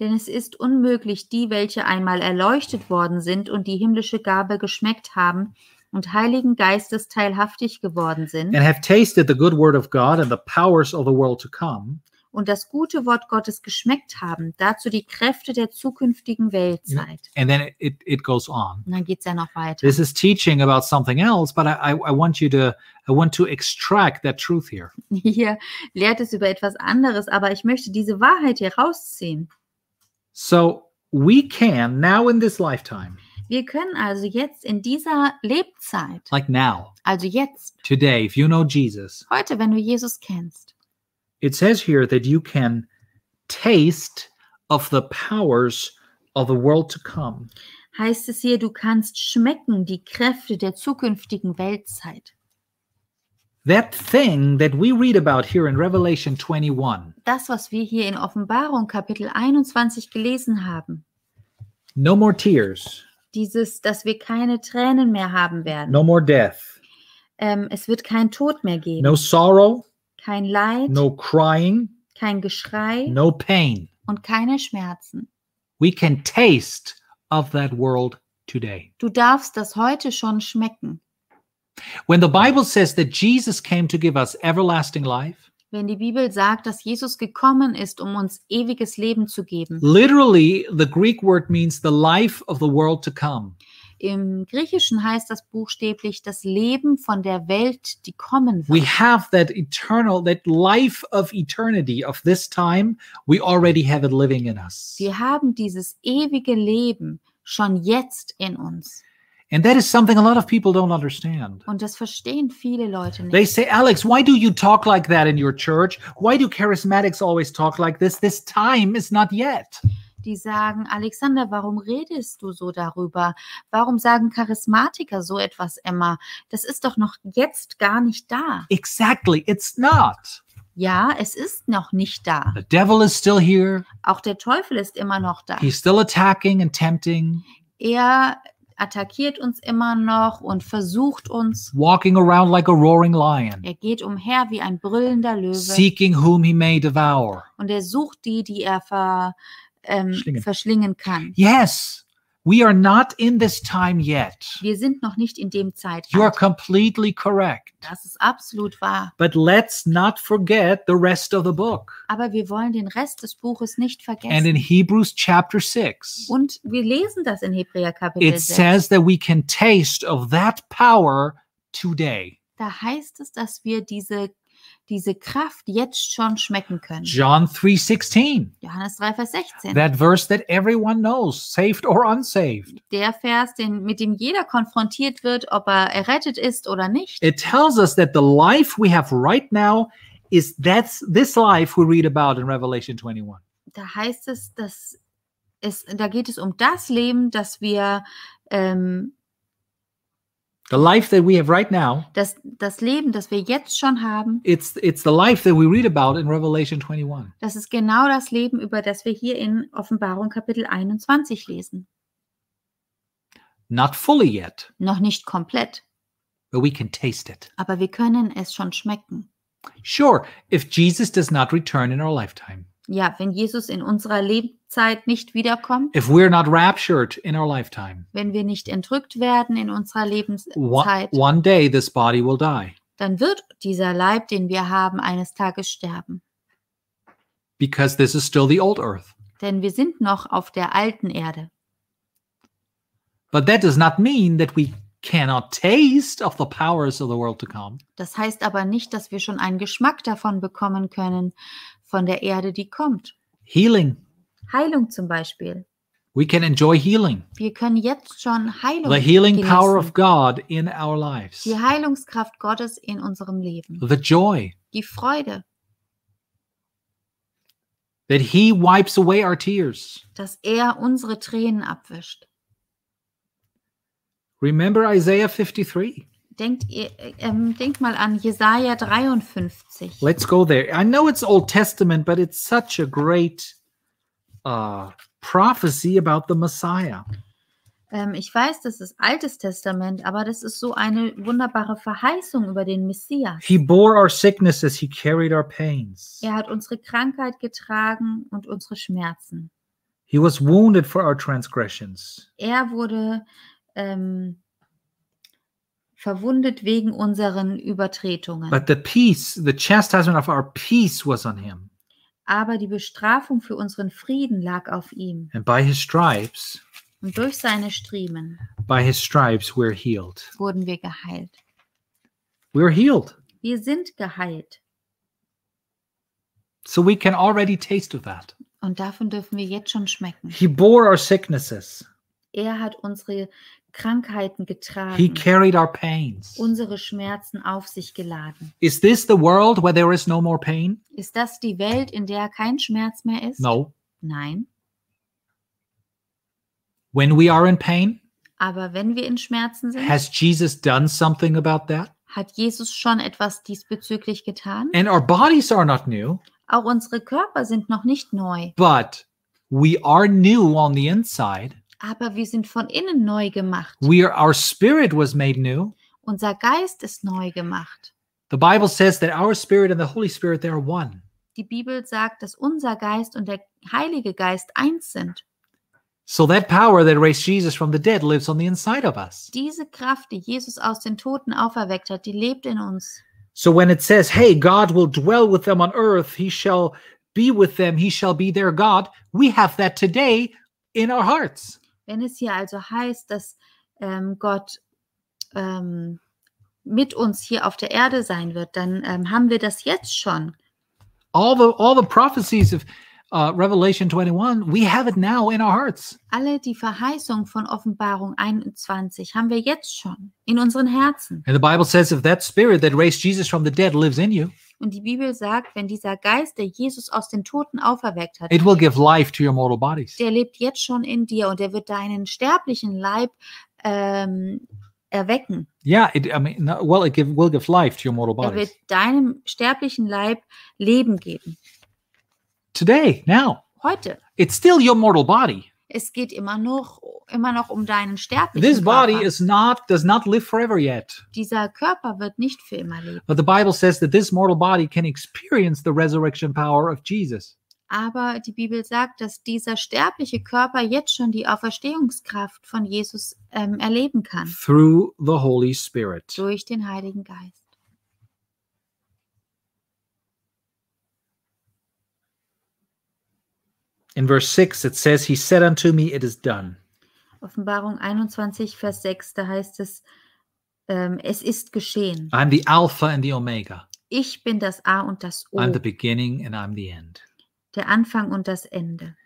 B: Denn es ist unmöglich, die, welche einmal erleuchtet worden sind und die himmlische Gabe geschmeckt haben und Heiligen Geistes teilhaftig geworden sind
A: and have tasted the good word of God and the powers of the world to come,
B: und das gute Wort Gottes geschmeckt haben, dazu die Kräfte der zukünftigen Weltzeit.
A: And then it, it, it goes on.
B: Und dann geht's ja noch weiter.
A: This is teaching about something else, but I, I, I want you to I want to extract that truth here.
B: Hier lehrt es über etwas anderes, aber ich möchte diese Wahrheit hier rausziehen.
A: So we can now in this lifetime,
B: Wir können also jetzt in dieser Lebzeit,
A: like now,
B: also jetzt,
A: today, if you know Jesus,
B: heute, wenn du Jesus kennst,
A: it says here that you can taste of the powers of the world to come.
B: heißt es hier, du kannst schmecken die Kräfte der zukünftigen Weltzeit.
A: That thing that we read about here in Revelation 21,
B: Das, was wir hier in Offenbarung Kapitel 21 gelesen haben,
A: no more tears,
B: dieses, dass wir keine Tränen mehr haben werden.
A: no more death,
B: Ähm, es wird kein Tod mehr geben,
A: no sorrow,
B: kein Leid,
A: no crying,
B: kein Geschrei
A: no pain.
B: und keine Schmerzen.
A: We can taste of that world today.
B: Du darfst das heute schon schmecken.
A: When the Bible says that Jesus came to give us everlasting life,
B: Wenn die Bibel sagt, dass Jesus gekommen ist, um uns ewiges Leben zu
A: Mm.
B: geben.
A: literally the Greek word means the life of the world to come.
B: Im Griechischen heißt das buchstäblich das Leben von der Welt, die kommen
A: we
B: wird.
A: have that eternal that life of eternity of this time we already have it living in us
B: Wir haben dieses ewige Leben schon jetzt in uns.
A: and that is something a lot of people don't understand
B: Und das verstehen viele Leute nicht.
A: they say alex why do you talk like that in your church why do charismatics always talk like this this time is not yet
B: Die sagen, Alexander, warum redest du so darüber? Warum sagen Charismatiker so etwas immer? Das ist doch noch jetzt gar nicht da.
A: exactly it's not
B: Ja, es ist noch nicht da.
A: the devil is still here
B: Auch der Teufel ist immer noch da.
A: he's still attacking and tempting
B: Er attackiert uns immer noch und versucht uns.
A: walking around like a roaring lion
B: Er geht umher wie ein brüllender Löwe
A: seeking whom he may devour
B: und er sucht die, die er ver, ähm,
A: Schlingen.
B: verschlingen kann.
A: yes we are not in this time yet
B: Wir sind noch nicht in dem
A: You are
B: Zeitalter.
A: completely correct.
B: Das ist absolut wahr.
A: But let's not forget the rest of the book.
B: Aber wir wollen den Rest des Buches nicht
A: And in
B: vergessen.
A: Hebrews chapter 6,
B: Und wir lesen das in Hebräer Kapitel
A: it
B: 6.
A: says that we can taste of that power today.
B: Da heißt es, dass wir diese, diese Kraft jetzt schon schmecken können.
A: John 3:16.
B: Johannes 3, Vers 16.
A: That verse that everyone knows, saved or unsaved.
B: der Vers, den, mit dem jeder konfrontiert wird, ob er errettet ist oder nicht.
A: It tells us that the life we have right now is that's this life we read about in Revelation 21.
B: Da heißt es, dass es, da geht es um das Leben, das wir, ähm,
A: The life that we have right now,
B: das, das Leben, das wir jetzt schon haben,
A: it's it's the life that we read about in Revelation 21.
B: das ist genau das Leben, über das wir hier in Offenbarung Kapitel 21 lesen.
A: Not fully yet.
B: Noch nicht komplett,
A: but we can taste it.
B: aber wir können es schon schmecken.
A: Sure, if Jesus does not return in our lifetime,
B: Ja, wenn Jesus in unserer Lebenszeit nicht wiederkommt,
A: if we're not raptured in our lifetime,
B: wenn wir nicht entrückt werden in unserer
A: one,
B: Lebenszeit,
A: one day this body will die
B: dann wird dieser Leib, den wir haben, eines Tages sterben.
A: because this is still the old earth.
B: Denn wir sind noch auf der alten Erde.
A: But that does not mean that we cannot taste of the powers of the world to come.
B: Das heißt aber nicht, dass wir schon einen Geschmack davon bekommen können, von der Erde, die kommt.
A: Healing.
B: Heilung zum Beispiel.
A: We can enjoy healing,
B: Wir können jetzt schon Heilung
A: the healing
B: genießen.
A: power of God in our lives,
B: die Heilungskraft Gottes in unserem Leben.
A: the joy
B: Die Freude,
A: that He wipes away our tears.
B: dass er unsere Tränen abwischt.
A: Remember Isaiah 53.
B: Denkt, ihr, äh, ähm, denkt mal an Jesaja 53.
A: let's go there i know it's old testament but it's such a great uh prophecy about the messiah
B: Ähm, ich weiß, das ist Altes Testament, aber das ist so eine wunderbare Verheißung über den Messias.
A: he bore our sicknesses he carried our pains
B: Er hat unsere Krankheit getragen und unsere Schmerzen.
A: he was wounded for our transgressions
B: Er wurde ähm, verwundet wegen unseren Übertretungen.
A: but the peace the chastisement of our peace was on him
B: aber die Bestrafung für unseren Frieden lag auf ihm.
A: And by his stripes,
B: Und durch seine Striemen
A: by his stripes, we're healed.
B: wurden wir geheilt.
A: We're healed.
B: Wir sind geheilt.
A: So we can already taste of that.
B: Und davon dürfen wir jetzt schon schmecken.
A: He bore our sicknesses,
B: Er hat unsere Krankheiten
A: he
B: getragen,
A: carried our pains.
B: unsere Schmerzen auf sich geladen.
A: Is this the world where there is no more pain?
B: Ist das die Welt, in der kein Schmerz mehr ist?
A: No.
B: Nein.
A: When we are in pain,
B: Aber wenn wir in Schmerzen sind,
A: has Jesus done something about that?
B: hat Jesus schon etwas diesbezüglich getan?
A: And our bodies are not new,
B: Auch unsere Körper sind noch nicht neu,
A: but we are new on the inside.
B: aber wir sind von innen neu gemacht.
A: We are, our spirit was made new.
B: Unser Geist ist neu gemacht.
A: The Bible says that our spirit and the Holy Spirit they are one.
B: Die Bibel sagt, dass unser Geist und der Heilige Geist eins sind.
A: So that power that raised Jesus from the dead lives on the inside of us.
B: Diese Kraft, die Jesus aus den Toten auferweckt hat, die lebt in uns.
A: So when it says, "Hey, God will dwell with them on earth; he shall be with them; he shall be their God," we have that today in our hearts.
B: Wenn es hier also heißt, dass ähm, Gott ähm, mit uns hier auf der Erde sein wird, dann ähm, haben wir das jetzt schon.
A: All the all the prophecies of uh, Revelation 21, we have it now in our hearts.
B: Alle die Verheißung von Offenbarung 21 haben wir jetzt schon in unseren Herzen.
A: And the Bible says, "If that spirit that raised Jesus from the dead lives in you,
B: Und die Bibel sagt, wenn dieser Geist, der Jesus aus den Toten auferweckt hat,
A: it will give life to your mortal bodies."
B: der lebt jetzt schon in dir und er wird deinen sterblichen Leib ähm, erwecken.
A: Yeah, it, I mean, no- well, it give, will give life to your mortal
B: Er
A: bodies
B: wird deinem sterblichen Leib Leben geben.
A: today. Now,
B: Heute.
A: it's still your mortal body.
B: Es geht immer noch, immer noch um deinen sterblichen
A: This body
B: Körper.
A: is not does not live forever yet.
B: Dieser Körper wird nicht für immer leben.
A: But the Bible says that this mortal body can experience the resurrection power of Jesus.
B: Aber die Bibel sagt, dass dieser sterbliche Körper jetzt schon die Auferstehungskraft von Jesus ähm, erleben kann
A: through the Holy Spirit.
B: durch den Heiligen Geist.
A: In verse 6, it says, He said unto me, It is done.
B: Offenbarung 21, Vers 6, da heißt es, ähm, es ist geschehen.
A: I'm the Alpha and the Omega.
B: Ich bin das A und das O,
A: I'm the beginning and I'm the end.
B: der Anfang und das Ende.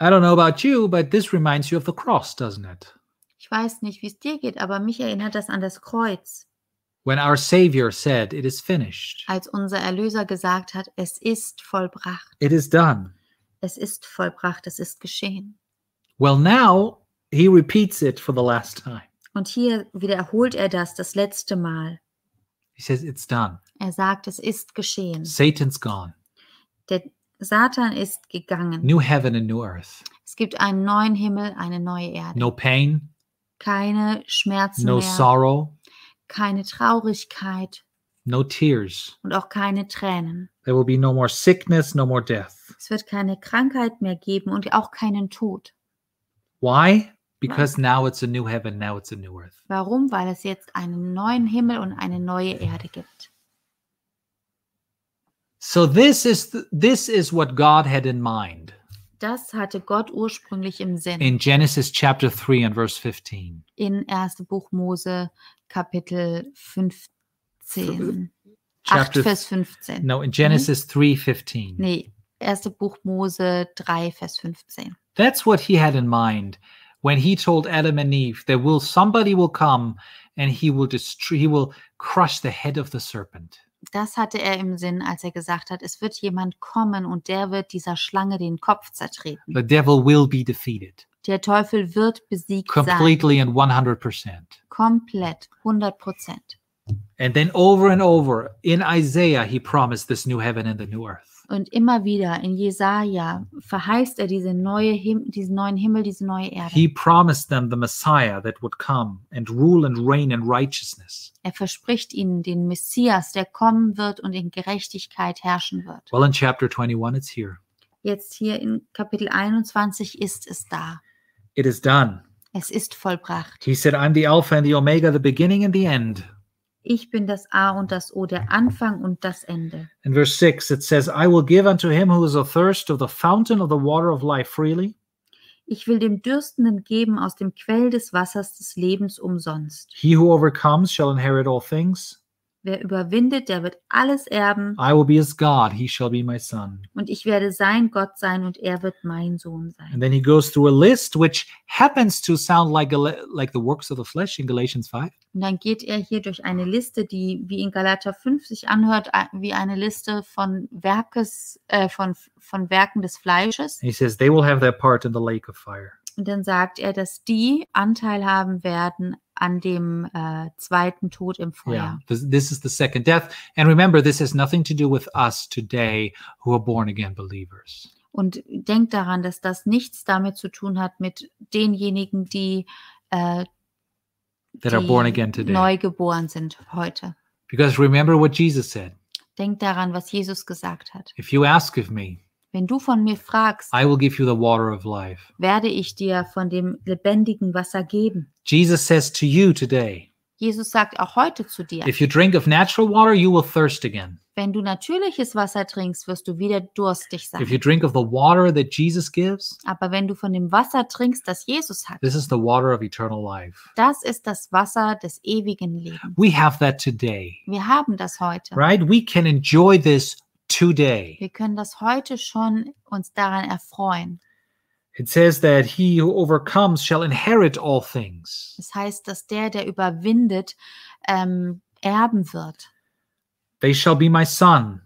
A: I don't know about you, but this reminds you of the cross, doesn't it?
B: Ich weiß nicht, wie es dir geht, aber mich erinnert das an das Kreuz,
A: When our Savior said, It is finished,
B: als unser Erlöser gesagt hat, es ist vollbracht,
A: it is done.
B: es ist vollbracht, es ist geschehen.
A: Well, now he repeats it for the last time.
B: Und hier wiederholt er das das letzte Mal.
A: He says, It's done.
B: Er sagt, es ist geschehen.
A: Satan's gone.
B: Der Satan ist gegangen.
A: New heaven and new earth.
B: Es gibt einen neuen Himmel, eine neue Erde.
A: No pain,
B: Keine Schmerzen
A: no
B: mehr,
A: sorrow,
B: keine Traurigkeit
A: no tears.
B: und auch keine Tränen.
A: There will be no more sickness, no more death.
B: Es wird keine Krankheit mehr geben und auch keinen Tod.
A: Why? Because now it's a new heaven, now it's a new earth.
B: Warum? Weil es jetzt einen neuen Himmel und eine neue Erde gibt.
A: So this is th- this is what God had in mind
B: Das hatte Gott ursprünglich im Sinn
A: in Genesis chapter 3 and verse 15.
B: in 1. Buch Mose Kapitel 15. 8
A: Chapter
B: Vers 15.
A: No, in Genesis 3:15.
B: Nee, 1. Buch Mose 3 Vers 15.
A: That's what he had in mind when he told Adam and Eve there will somebody will come and he will destroy he will crush the head of the serpent.
B: Das hatte er im Sinn, als er gesagt hat, es wird jemand kommen und der wird dieser Schlange den Kopf zertreten.
A: The devil will be defeated
B: Der Teufel wird besiegt sein.
A: completely and 100%.
B: Komplett, 100 Prozent.
A: And then over and over in Isaiah, he promised this new heaven and the new earth.
B: Und immer wieder in Jesaja verheißt er diese neue Him diesen neuen Himmel, diese neue Erde.
A: He promised them the Messiah that would come and rule and reign in righteousness.
B: er verspricht ihnen den Messias, der kommen wird und in Gerechtigkeit herrschen wird.
A: Well, in chapter 21, it's here.
B: Jetzt hier in Kapitel 21 ist es da.
A: It is done.
B: Es ist vollbracht.
A: He said, I'm the Alpha and the Omega, the beginning and the end.
B: Ich bin das A und das O, der Anfang und das Ende.
A: In verse 6, it says, I will give unto him who is athirst of the fountain of the water of life freely.
B: Ich will dem Dürstenden geben aus dem Quell des Wassers des Lebens umsonst.
A: He who overcomes shall inherit all things.
B: Wer überwindet, der wird alles erben
A: I will be his God, he shall be my son.
B: und ich werde sein Gott sein und er wird mein Sohn sein.
A: And then he goes through a list which happens to sound like Gal- like the works of the flesh in Galatians 5.
B: Und dann geht er hier durch eine Liste, die wie in Galater 5 sich anhört, a- wie eine Liste von Werkes, äh, von, von Werken des Fleisches.
A: And he says they will have their part in the lake of fire.
B: Und dann sagt er, dass die Anteil haben werden an dem äh, zweiten Tod im Feuer.
A: Yeah. This, this is the second death. And remember, this has nothing to do with us today who are born again believers.
B: Und denkt daran, dass das nichts damit zu tun hat mit denjenigen, die, äh,
A: That are born again
B: die
A: today.
B: neu geboren sind heute.
A: Because remember what Jesus said
B: Denkt daran, was Jesus gesagt hat.
A: If you ask of me,
B: Wenn du von mir fragst,
A: I will give you the water of life.
B: werde ich dir von dem lebendigen Wasser geben.
A: Jesus says to you today,
B: Jesus sagt auch heute zu dir,
A: If you drink of natural water, you will thirst again.
B: wenn du natürliches Wasser trinkst, wirst du wieder durstig
A: If
B: sein.
A: you drink of the water that Jesus gives,
B: Aber wenn du von dem Wasser trinkst, das Jesus hat,
A: this is the water of eternal life.
B: das ist das Wasser des ewigen Lebens.
A: We have that today,
B: Wir haben das heute.
A: right? We can enjoy this today.
B: Wir können das heute schon uns daran erfreuen.
A: It says that he who overcomes shall inherit all things.
B: Das heißt, dass der, der überwindet, ähm, erben wird.
A: They shall be my son.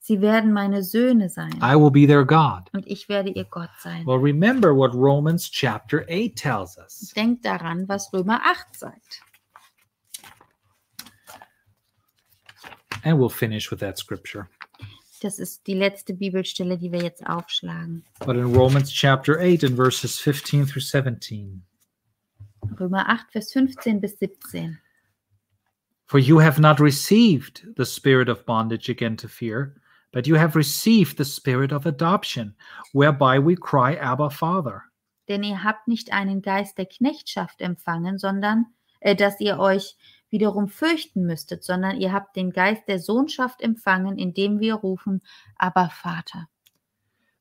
B: Sie werden meine Söhne sein
A: I will be their God.
B: und ich werde ihr Gott sein.
A: Well, remember what Romans chapter 8 tells us.
B: Denkt daran, was Römer 8 sagt.
A: And we'll finish with that scripture.
B: Das ist die letzte Bibelstelle, die wir jetzt aufschlagen.
A: But in Romans chapter 8 and verses 15 through 17.
B: Römer 8, Vers 15 bis 17.
A: For you have not received the spirit of bondage again to fear, but you have received the spirit of adoption, whereby we cry, Abba, Father.
B: Denn ihr habt nicht einen Geist der Knechtschaft empfangen, sondern äh, dass ihr euch wiederum fürchten müsstet, sondern ihr habt den Geist der Sohnschaft empfangen, indem wir rufen, aber Vater.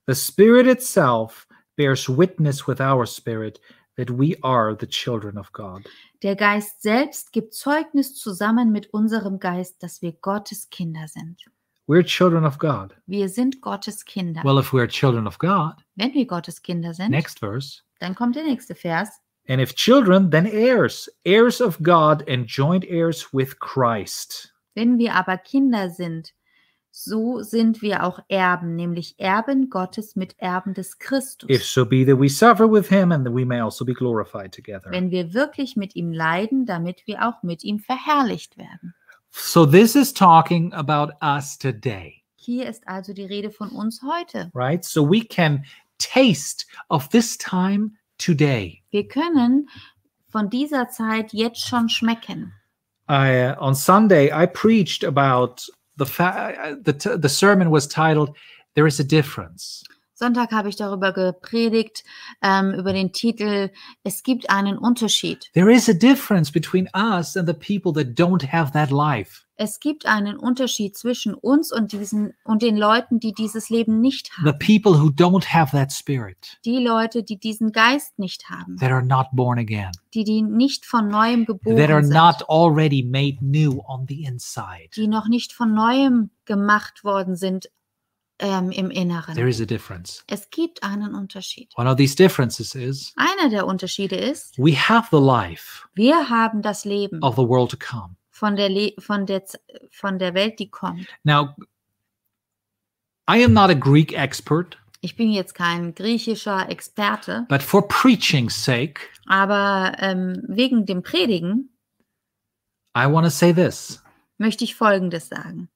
A: The spirit itself bears witness with our spirit that we are the children of God.
B: Der Geist selbst gibt Zeugnis zusammen mit unserem Geist, dass wir Gottes Kinder sind.
A: We're children of God.
B: Wir sind Gottes Kinder.
A: Well, if we're children of God,
B: Wenn wir Gottes Kinder sind,
A: next verse.
B: dann kommt der nächste Vers.
A: And if children, then heirs, heirs of God and joint heirs with Christ.
B: Wenn wir aber Kinder sind, so sind wir auch Erben, nämlich Erben Gottes mit Erben des Christus.
A: If so be that we suffer with him, and that we may also be glorified together.
B: wenn wir wirklich mit ihm leiden, damit wir auch mit ihm verherrlicht werden.
A: So this is talking about us today,
B: Hier ist also die Rede von uns heute.
A: right? So we can taste of this time today.
B: Wir können von dieser Zeit jetzt schon schmecken.
A: I, uh, on Sunday, I preached about the fa- uh, the t- the sermon was titled "There is a difference,"
B: Sonntag habe ich darüber gepredigt, ähm, über den Titel Es gibt einen Unterschied.
A: There is a difference between us and the people that don't have that life.
B: Es gibt einen Unterschied zwischen uns und diesen und den Leuten, die dieses Leben nicht haben.
A: The people who don't have that spirit,
B: Die Leute, die diesen Geist nicht haben,
A: that are not born again,
B: die die nicht von neuem
A: that are
B: geboren
A: not
B: sind,
A: already made new on the inside.
B: die noch nicht von neuem gemacht worden sind ähm, im
A: There
B: Inneren.
A: is a difference.
B: Es gibt einen Unterschied.
A: One of these differences is
B: Einer der Unterschiede ist,
A: we have the life
B: wir haben das Leben
A: of the world to come.
B: von der Le von der Z- von der Welt, die kommt.
A: Now, I am not a Greek expert,
B: Ich bin jetzt kein griechischer Experte,
A: but for preaching's sake,
B: aber ähm, wegen dem Predigen
A: I want to say this.
B: möchte ich Folgendes sagen.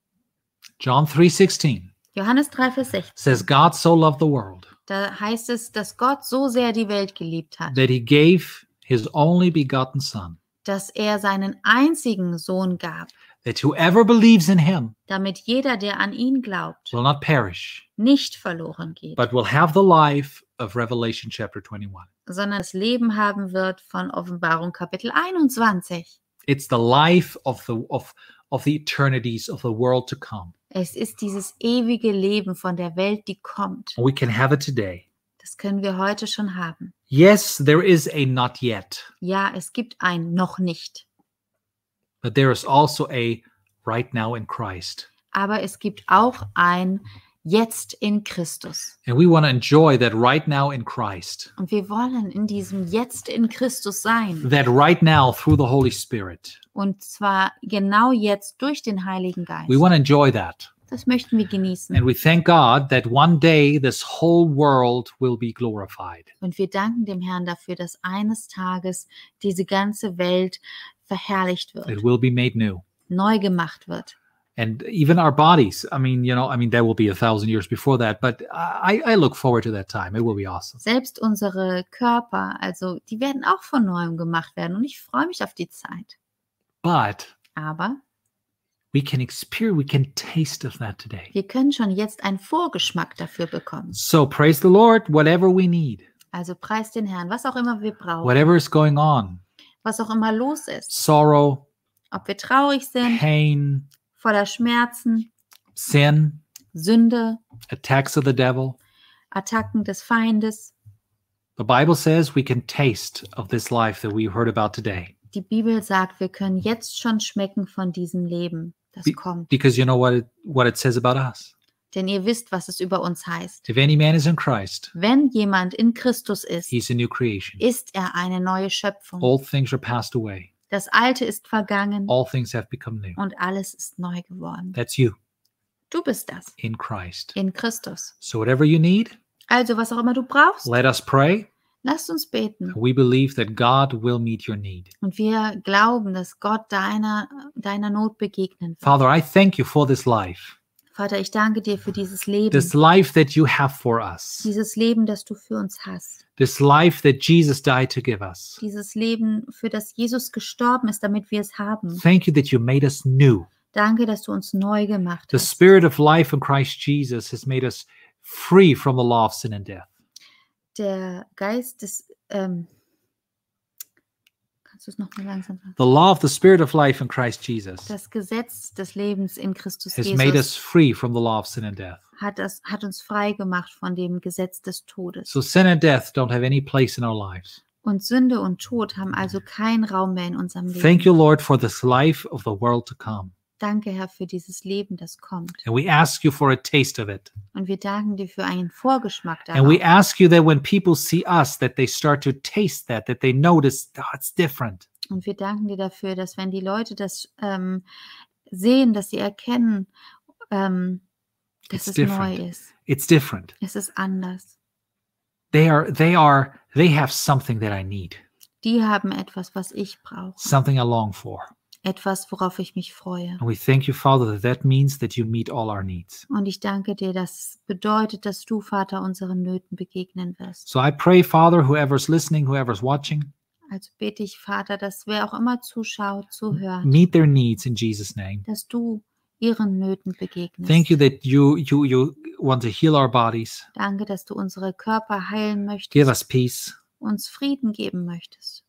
A: John 3:16
B: Johannes 3, Vers 16.
A: says God so loved the world
B: Da heißt es, dass Gott so sehr die Welt geliebt hat,
A: that he gave his only begotten son
B: dass er seinen einzigen Sohn gab,
A: that whoever believes in him
B: damit jeder, der an ihn glaubt,
A: will not perish
B: nicht verloren geht,
A: but will have the life of Revelation chapter 21.
B: sondern das Leben haben wird von Offenbarung Kapitel 21.
A: It's the life of the of of the eternities of the world to come.
B: Es ist dieses ewige Leben von der Welt, die kommt.
A: We can have it today.
B: Das können wir heute schon haben.
A: Yes, there is a not yet,
B: Ja, es gibt ein noch nicht,
A: but there is also a right now in Christ.
B: aber es gibt auch ein Jetzt in Christus.
A: And we want to enjoy that right now in Christ.
B: Und wir wollen in diesem Jetzt in Christus sein.
A: That right now through the Holy Spirit.
B: Und zwar genau jetzt durch den Heiligen Geist.
A: We want to enjoy that.
B: Das möchten wir genießen.
A: And we thank God that one day this whole world will be glorified.
B: Und wir danken dem Herrn dafür, dass eines Tages diese ganze Welt verherrlicht
A: It
B: wird,
A: will be made new.
B: neu gemacht wird.
A: And even our bodies. I mean, you know, I mean, that will be a thousand years before that, but I, I look forward to that time. It will be awesome.
B: Selbst unsere Körper, also die werden auch von neuem gemacht werden. Und ich freue mich auf die Zeit.
A: But
B: Aber
A: we can experience, we can taste of that today.
B: wir können schon jetzt einen Vorgeschmack dafür bekommen.
A: So praise the Lord, whatever we need,
B: Also preis den Herrn, was auch immer wir brauchen,
A: whatever is going on,
B: was auch immer los ist.
A: sorrow,
B: Ob wir traurig sind,
A: pain,
B: voller Schmerzen,
A: sin,
B: Sünde,
A: attacks of the devil.
B: Attacken des Feindes.
A: The Bible says we can taste of this life that we heard about today.
B: Die Bibel sagt, wir können jetzt schon schmecken von diesem Leben, das
A: Wie-
B: kommt.
A: because you know what it, what it says about us.
B: Denn ihr wisst, was es über uns heißt.
A: If any man is in Christ,
B: Wenn jemand in Christus ist,
A: he's a new creation.
B: ist er eine neue Schöpfung.
A: All things are passed away.
B: Das Alte ist vergangen
A: All things have become new.
B: und alles ist neu geworden.
A: That's you
B: Du bist das
A: in Christ.
B: in Christus.
A: So whatever you need,
B: Also was auch immer du brauchst,
A: let us pray.
B: lasst uns beten.
A: We believe that God will meet your need.
B: Und wir glauben, dass Gott deiner, deiner Not begegnen wird.
A: Father, I thank you for this life.
B: Vater, ich danke dir für dieses Leben,
A: This life that you have for us.
B: dieses Leben, das du für uns hast,
A: This life that Jesus died to give us.
B: dieses Leben, für das Jesus gestorben ist, damit wir es haben.
A: Thank you that you made us new.
B: Danke, dass du uns neu gemacht
A: The
B: hast.
A: spirit of life in Christ Jesus has made us free from the law of sin and death.
B: Der Geist des... Ähm, kannst du es nochmal langsam sagen?
A: The law of the spirit of life in Christ Jesus.
B: Das Gesetz des Lebens in Christus
A: has made
B: Jesus
A: us free from the law of sin and death.
B: hat, das, hat uns frei gemacht von dem Gesetz des Todes.
A: So sin and death don't have any place in our lives.
B: Und Sünde und Tod haben also keinen Raum mehr in unserem Leben.
A: Thank you, Lord, for this life of the world to come.
B: Danke, Herr, für dieses Leben, das kommt.
A: And we ask you for a taste of it.
B: Und wir danken dir für einen Vorgeschmack
A: And we
B: darauf.
A: ask you that when people see us, that they start to taste that, that they notice, oh, it's different.
B: Und wir danken dir dafür, dass wenn die Leute das ähm, sehen, dass sie erkennen, ähm,
A: It's
B: dass es
A: different.
B: neu ist.
A: It's different.
B: Es ist anders.
A: They are, they are, they have something that I need,
B: Die haben etwas, was ich brauche.
A: something I long for.
B: Etwas, worauf ich mich freue.
A: And we thank you, Father, that that means that you meet all our needs.
B: Und ich danke dir, das bedeutet, dass du, Vater, unseren Nöten begegnen wirst.
A: So I pray, Father, whoever's listening, whoever's watching,
B: Also bete ich, Vater, dass wer auch immer zuschaut, zuhört,
A: meet their needs in Jesus' name.
B: dass du ihren Nöten begegnest.
A: Thank you that you you you want to heal our bodies,
B: Danke, dass du unsere Körper heilen
A: give
B: möchtest,
A: us peace,
B: uns Frieden geben möchtest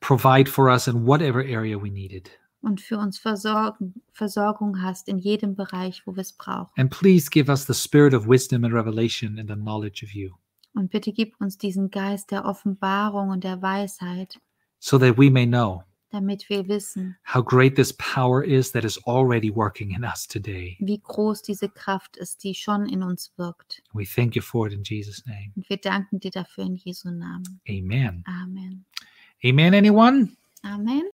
A: provide for us in whatever area we need it.
B: und für uns Versorgen, Versorgung hast in jedem Bereich, wo wir es brauchen.
A: And please give us the spirit of wisdom and revelation and the knowledge of you,
B: Und bitte gib uns diesen Geist der Offenbarung und der Weisheit,
A: so that we may know
B: damit wir wissen,
A: how great this power is that is already working in us today.
B: wie groß diese Kraft ist, die schon in uns wirkt.
A: We thank you for it in Jesus' name.
B: Und wir danken dir dafür in Jesu Namen.
A: Amen.
B: Amen.
A: Amen, anyone?
B: Amen.